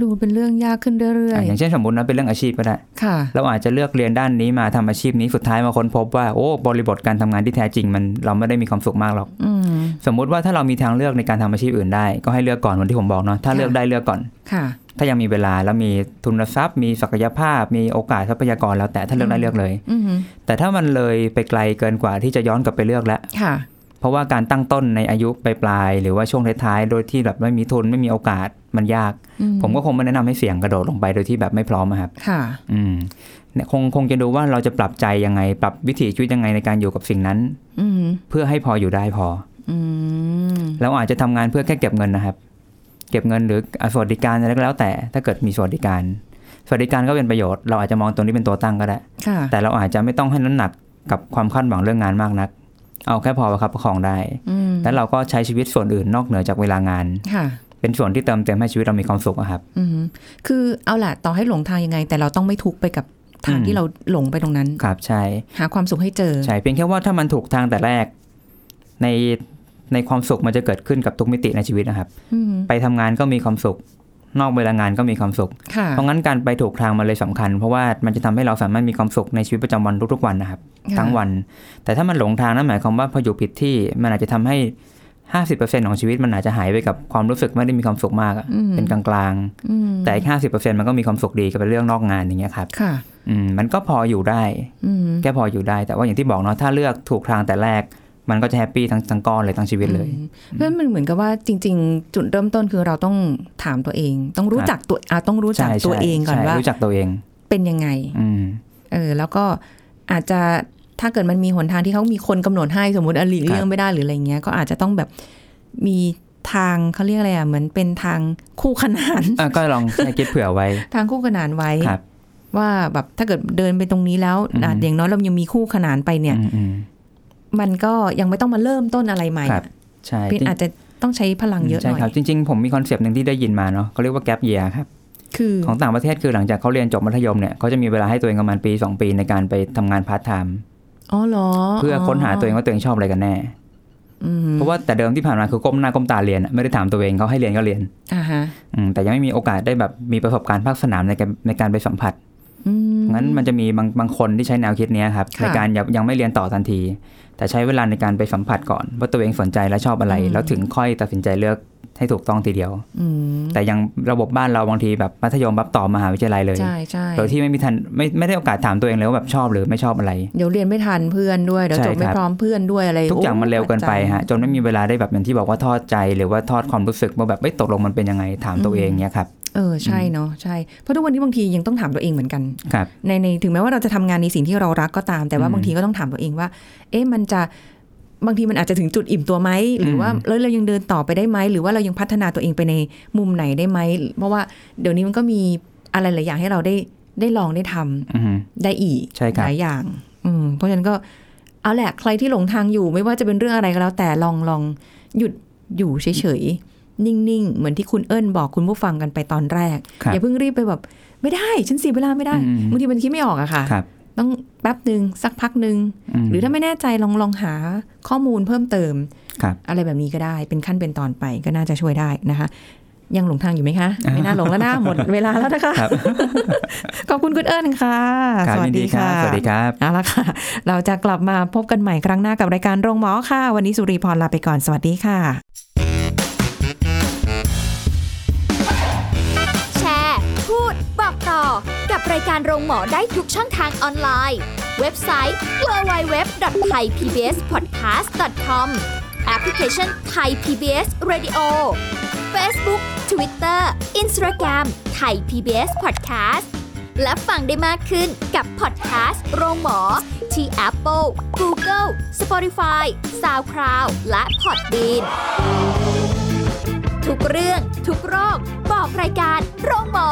Speaker 2: ดูเป็นเรื่องยากขึ้นเรื่อ
Speaker 3: อ่ะ
Speaker 2: ย
Speaker 3: อย่างเช่นสมมตินะเป็นเรื่องอาชีพก็ได้
Speaker 2: ๆ ค่ะ
Speaker 3: เราอาจจะเลือกเรียนด้านนี้มาทำอาชีพนี้สุดท้ายมาค้นพบว่าโอ้บริบทการทำงานที่แท้จริงมันเราไม่ได้มีความสุขมากหรอก
Speaker 2: อืม
Speaker 3: สมมุติว่าถ้าเรามีทางเลือกในการทำอาชีพอื่นได้ ก็ให้เลือกก่อนเหมือนที่ผมบอกเนาะถ้า
Speaker 2: ค่ะ
Speaker 3: เลือกได้เลือกก่อน
Speaker 2: ค่ะ
Speaker 3: ถ้ายังมีเวลาแล้วมีทุนทรัพย์ มีศักยภาพ มีโอกาสทรัพยากรแล้วแต่ถ้าเลือกได้เลือกเลย
Speaker 2: อืม
Speaker 3: แต่ถ้ามันเลยไปไกลเกินกว่าที่จะย้อนกลับไปเลือกแล้ว
Speaker 2: ค่ะ
Speaker 3: เพราะว่าการตั้งต้นในอายุปลายๆหรือว่าช่วงท้ายๆโดยที่แบบไม่มีทุนไม่มีโอกาสมันยาก
Speaker 2: อื
Speaker 3: ผมก็คงไม่แนะนำให้เสี่ยงกระโดดลงไปโดยที่แบบไม่พร้อมอะครับ
Speaker 2: ค่ะ
Speaker 3: อืมเนี่ยคงคงจะดูว่าเราจะปรับใจยังไง ปรับวิถีชีวิตยังไงในการอยู่กับสิ่งนั้น
Speaker 2: อืม
Speaker 3: เพื่อให้พออยู่ได้พอ
Speaker 2: อืม
Speaker 3: เราอาจจะทำงานเพื่อแค่เก็บเงินนะครับ เก็บเงินหรืออ่ะสวัสดิการอะไรก็แล้วแต่ ถ้าเกิดมีสวัสดิการ สวัสดิการก็เป็นประโยชน์ เราอาจจะมองตรงนี้เป็นตัวตั้งก็ได้
Speaker 2: ค่ะ
Speaker 3: แต่เราอาจจะไม่ต้องให้น้ำหนักกับความคาดหวังเรื่องงานมากนัก เอาแค่พอประคับประคองได้
Speaker 2: อืม
Speaker 3: แล้วเราก็ใช้ชีวิตส่วนอื่นนอกเหนือจากเวลางาน
Speaker 2: ค่ะ
Speaker 3: เป็นส่วนที่เติมเต็มให้ชีวิตเรามีความสุขอะครับ
Speaker 2: อืมคือเอาล่ะต่อให้หลงทางยังไง แต่เราต้องไม่ทุกข์ไปกับทาง
Speaker 3: อืม
Speaker 2: ที่เราหลงไปตรงนั้น
Speaker 3: ครับใช่
Speaker 2: หาความสุขให้เจอ
Speaker 3: ใช่เพียงแค่ว่าถ้ามันถูกทางแต่แรก ในในความสุขมันจะเกิดขึ้นกับทุกมิติในชีวิตนะครับ
Speaker 2: อืม
Speaker 3: ไปทำงานก็มีความสุข นอกเวลางานก็มีความสุข
Speaker 2: ค่ะ
Speaker 3: เพราะงั้นการไปถูกทางมันเลยสำคัญ เพราะว่ามันจะทำให้เราสามารถมีความสุขในชีวิตประจำวันทุกๆวันนะครับ
Speaker 2: ค่ะ
Speaker 3: ทั้งวัน แต่ถ้ามันหลงทางนั่นหมายความว่าพออยู่ผิดที่มันอาจจะทำให้ห้าสิบเปอร์เซ็นของชีวิตมันอาจจะหายไปกับความรู้สึกไม่ได้มีความสุขมากอะ
Speaker 2: อืม
Speaker 3: เป็นกลาง
Speaker 2: อืม
Speaker 3: ๆ แต่อีกห้าสิบเปอร์เซ็นมันก็มีความสุขดีกับเป็นเรื่องนอกงานอย่างเงี้ยครับ
Speaker 2: ค่ะ
Speaker 3: อืมมันก็พออยู่ได้
Speaker 2: อืม
Speaker 3: แค่พออยู่ได้แต่ว่าอย่างที่บอกเนาะถ้าเลือกถูกทางแต่แรก มันก็จะแฮปปี้ทั้งทั้งก้อนเลยทั้งชีวิตเลย
Speaker 2: อืมเพราะฉะนั้นมันเหมือนกับว่าจริง ๆ จุดเริ่มต้นคือเราต้องถามตัวเอง ต้องรู้
Speaker 3: ครับ
Speaker 2: จักตัวอ่ะต้องรู้จัก
Speaker 3: ใช่
Speaker 2: ตัว
Speaker 3: ใช่
Speaker 2: เองก่อน
Speaker 3: ใช่
Speaker 2: ว่า
Speaker 3: รู้จักตัวเอง
Speaker 2: เป็นยังไง
Speaker 3: อืม
Speaker 2: เออแล้วก็อาจจะถ้าเกิดมันมีหนทางที่เขามีคนกำหนดให้สมมติอะหลีกเลี่ยงไม่ได้หรืออะไรเงี้ย ก็อาจจะต้องแบบมีทางเขาเรียกอะไรอ่ะเหมือนเป็นทางคู่ขนาน
Speaker 3: อ่ะก็ลอง ให้คิดเผื่อไว้
Speaker 2: ทางคู่ขนานไว้
Speaker 3: ครับ
Speaker 2: ว่าแบบถ้าเกิดเดินไปตรงนี้แล้ว
Speaker 3: อืม
Speaker 2: อ่ะอย่างน้อยเรายังมีคู่ขนานไปเนี่ย
Speaker 3: อืมอืม
Speaker 2: มันก็ยังไม่ต้องมาเริ่มต้นอะไรใหม่
Speaker 3: ครั
Speaker 2: อ่ะ
Speaker 3: บ ใช่
Speaker 2: เพียงอาจจะต้องใช้พลังเยอะห
Speaker 3: ใช่
Speaker 2: น่อย
Speaker 3: ครับ จริง ๆ ผมมีคอนเซปต์หนึ่งที่ได้ยินมาเนาะเขาเรียกว่าแกลบเยียครับ
Speaker 2: คือ
Speaker 3: ของต่างประเทศคือหลังจากเขาเรียนจบมัธยมเนี่ยเขาจะมีเวลาให้ตัวเองประมาณปี 2 ปีในการไปทำงานพาร์ทไทม์
Speaker 2: อ๋อเหรอ
Speaker 3: เพื่อค้นหาตัวเองว่าตัวเองชอบอะไรกันแน่
Speaker 2: อืม
Speaker 3: เพราะว่าแต่เดิมที่ผ่านมาคือก้มหน้าก้มตาเรียนอะไม่ได้ถามตัวเองเขาให้เรียนก็เรียน
Speaker 2: อ่าฮะ
Speaker 3: อืมแต่ยังไม่มีโอกาสได้แบบมีประสบการณ์ภาคสนามในการในการไปสัมผัส
Speaker 2: อืม
Speaker 3: งั้นมันจะมีบางบางคนที่ใช้แนวคิดเนี้ยครับ
Speaker 2: ค่ะ
Speaker 3: ในการยังยังไม่เรียนต่อทันที แต่ใช้เวลาในการไปสัมผัสก่อน ว่าตัวเองสนใจและชอบอะไร แล้วถึงค่อยตัดสินใจเลือกให้ถูกต้องทีเดียว
Speaker 2: อืม
Speaker 3: แต่ยังระบบบ้านเราบางทีแบบมัธยมปั๊บต่อมหาวิทยาลัยเลย
Speaker 2: ใช่ใช่
Speaker 3: โดยที่ไม่มีทันไม่ไม่ได้โอกาสถามตัวเองเลยว่าแบบชอบหรือไม่ชอบอะไร
Speaker 2: เดี๋ยวเรียนไม่ทันเพื่อนด้วย เดี๋ยว
Speaker 3: ใช่
Speaker 2: จบไม่
Speaker 3: ครับ
Speaker 2: พร้อมเพื่อนด้วยอะไร
Speaker 3: ทุกอย่าง
Speaker 2: โ
Speaker 3: มันเร็วเกินไปฮะจนไม่มีเวลาได้แบบอย่างที่บอกว่าทอดใจ หรือว่าทอดความรู้สึกว่าแบบไม่ตกลงมันเป็นยังไงถามตัวเองเนี้ยครับ
Speaker 2: เออใช่เนาะใช่เพราะทุกวันนี้บางทียังต้องถามตัวเองเหมือนกัน
Speaker 3: ครับ
Speaker 2: ในในถึงแม้ว่าเราจะทำงานในสิ่งที่เรารักก็ตาม แต่ว่า
Speaker 3: อืม
Speaker 2: บางทีก็ต้องถามตัวเองว่า เอ๊ะมันจะบางทีมันอาจจะถึงจุดอิ่มตัวไหมหรือว่า
Speaker 3: อืม
Speaker 2: แล้วเรายังเดินต่อไปได้ไหมหรือว่าเรายังพัฒนาตัวเองไปในมุมไหนได้ไหมเพราะว่าเดี๋ยวนี้มันก็มีอะไรหลายอย่างให้เราได้ได้ลองได้ทำ
Speaker 3: อือฮึ
Speaker 2: ได้อีก
Speaker 3: ใช่ครับ
Speaker 2: หลายอย่าง อืมเพราะฉะนั้นก็เอาแหละใครที่หลงทางอยู่ ไม่ว่าจะเป็นเรื่องอะไรก็แล้ว แต่ลองลองหยุดอยู่เฉยๆนิ่งๆเหมือนที่คุณเอิญบอกคุณผู้ฟังกันไปตอนแรก
Speaker 3: ครับ
Speaker 2: อย่าเพิ่งรีบไปแบบไม่ได้ฉันเสียเวลาไม่ได้
Speaker 3: อืม
Speaker 2: บางทีมันคิดไม่ออกอะค่ะ
Speaker 3: ครับ
Speaker 2: ต้องแป๊บหนึ่งสักพักหนึ่ง
Speaker 3: ม
Speaker 2: หรือถ้าไม่แน่ใจลองลองหาข้อมูลเพิ่มเติม
Speaker 3: ครับ
Speaker 2: อะไรแบบนี้ก็ได้เป็นขั้นเป็นตอนไปก็น่าจะช่วยได้นะคะ ยังหลงทางอยู่ไหมคะ ไม่น่าหลงแล้วนะหมดเวลาแล้วนะคะ
Speaker 3: ครับ
Speaker 2: ขอบคุณคุณเอิญค่ะ
Speaker 3: ครับยินดีครับ สวัสดีครับ
Speaker 2: เอาละค่ะ เราจะกลับมาพบกันใหม่ครั้งหน้ากับรายการโรงหมอค่ะ วันนี้สุริพรลาไปก่อน สวัสดีค่ะ
Speaker 1: แชร์ พูด บอกต่อ กับรายการโรงหมอได้ทุกช่องทางออนไลน์ เว็บไซต์ www.thaipbspodcast.com แอปพลิเคชัน Thai PBS Radio Facebook Twitter Instagram Thai PBS Podcast และฟังได้มากขึ้นกับพอดแคสต์โรงหมอ ที่ Apple, Google, Spotify, SoundCloud และ Podbean ทุกเรื่องทุกโรค บอกรายการโรงหมอ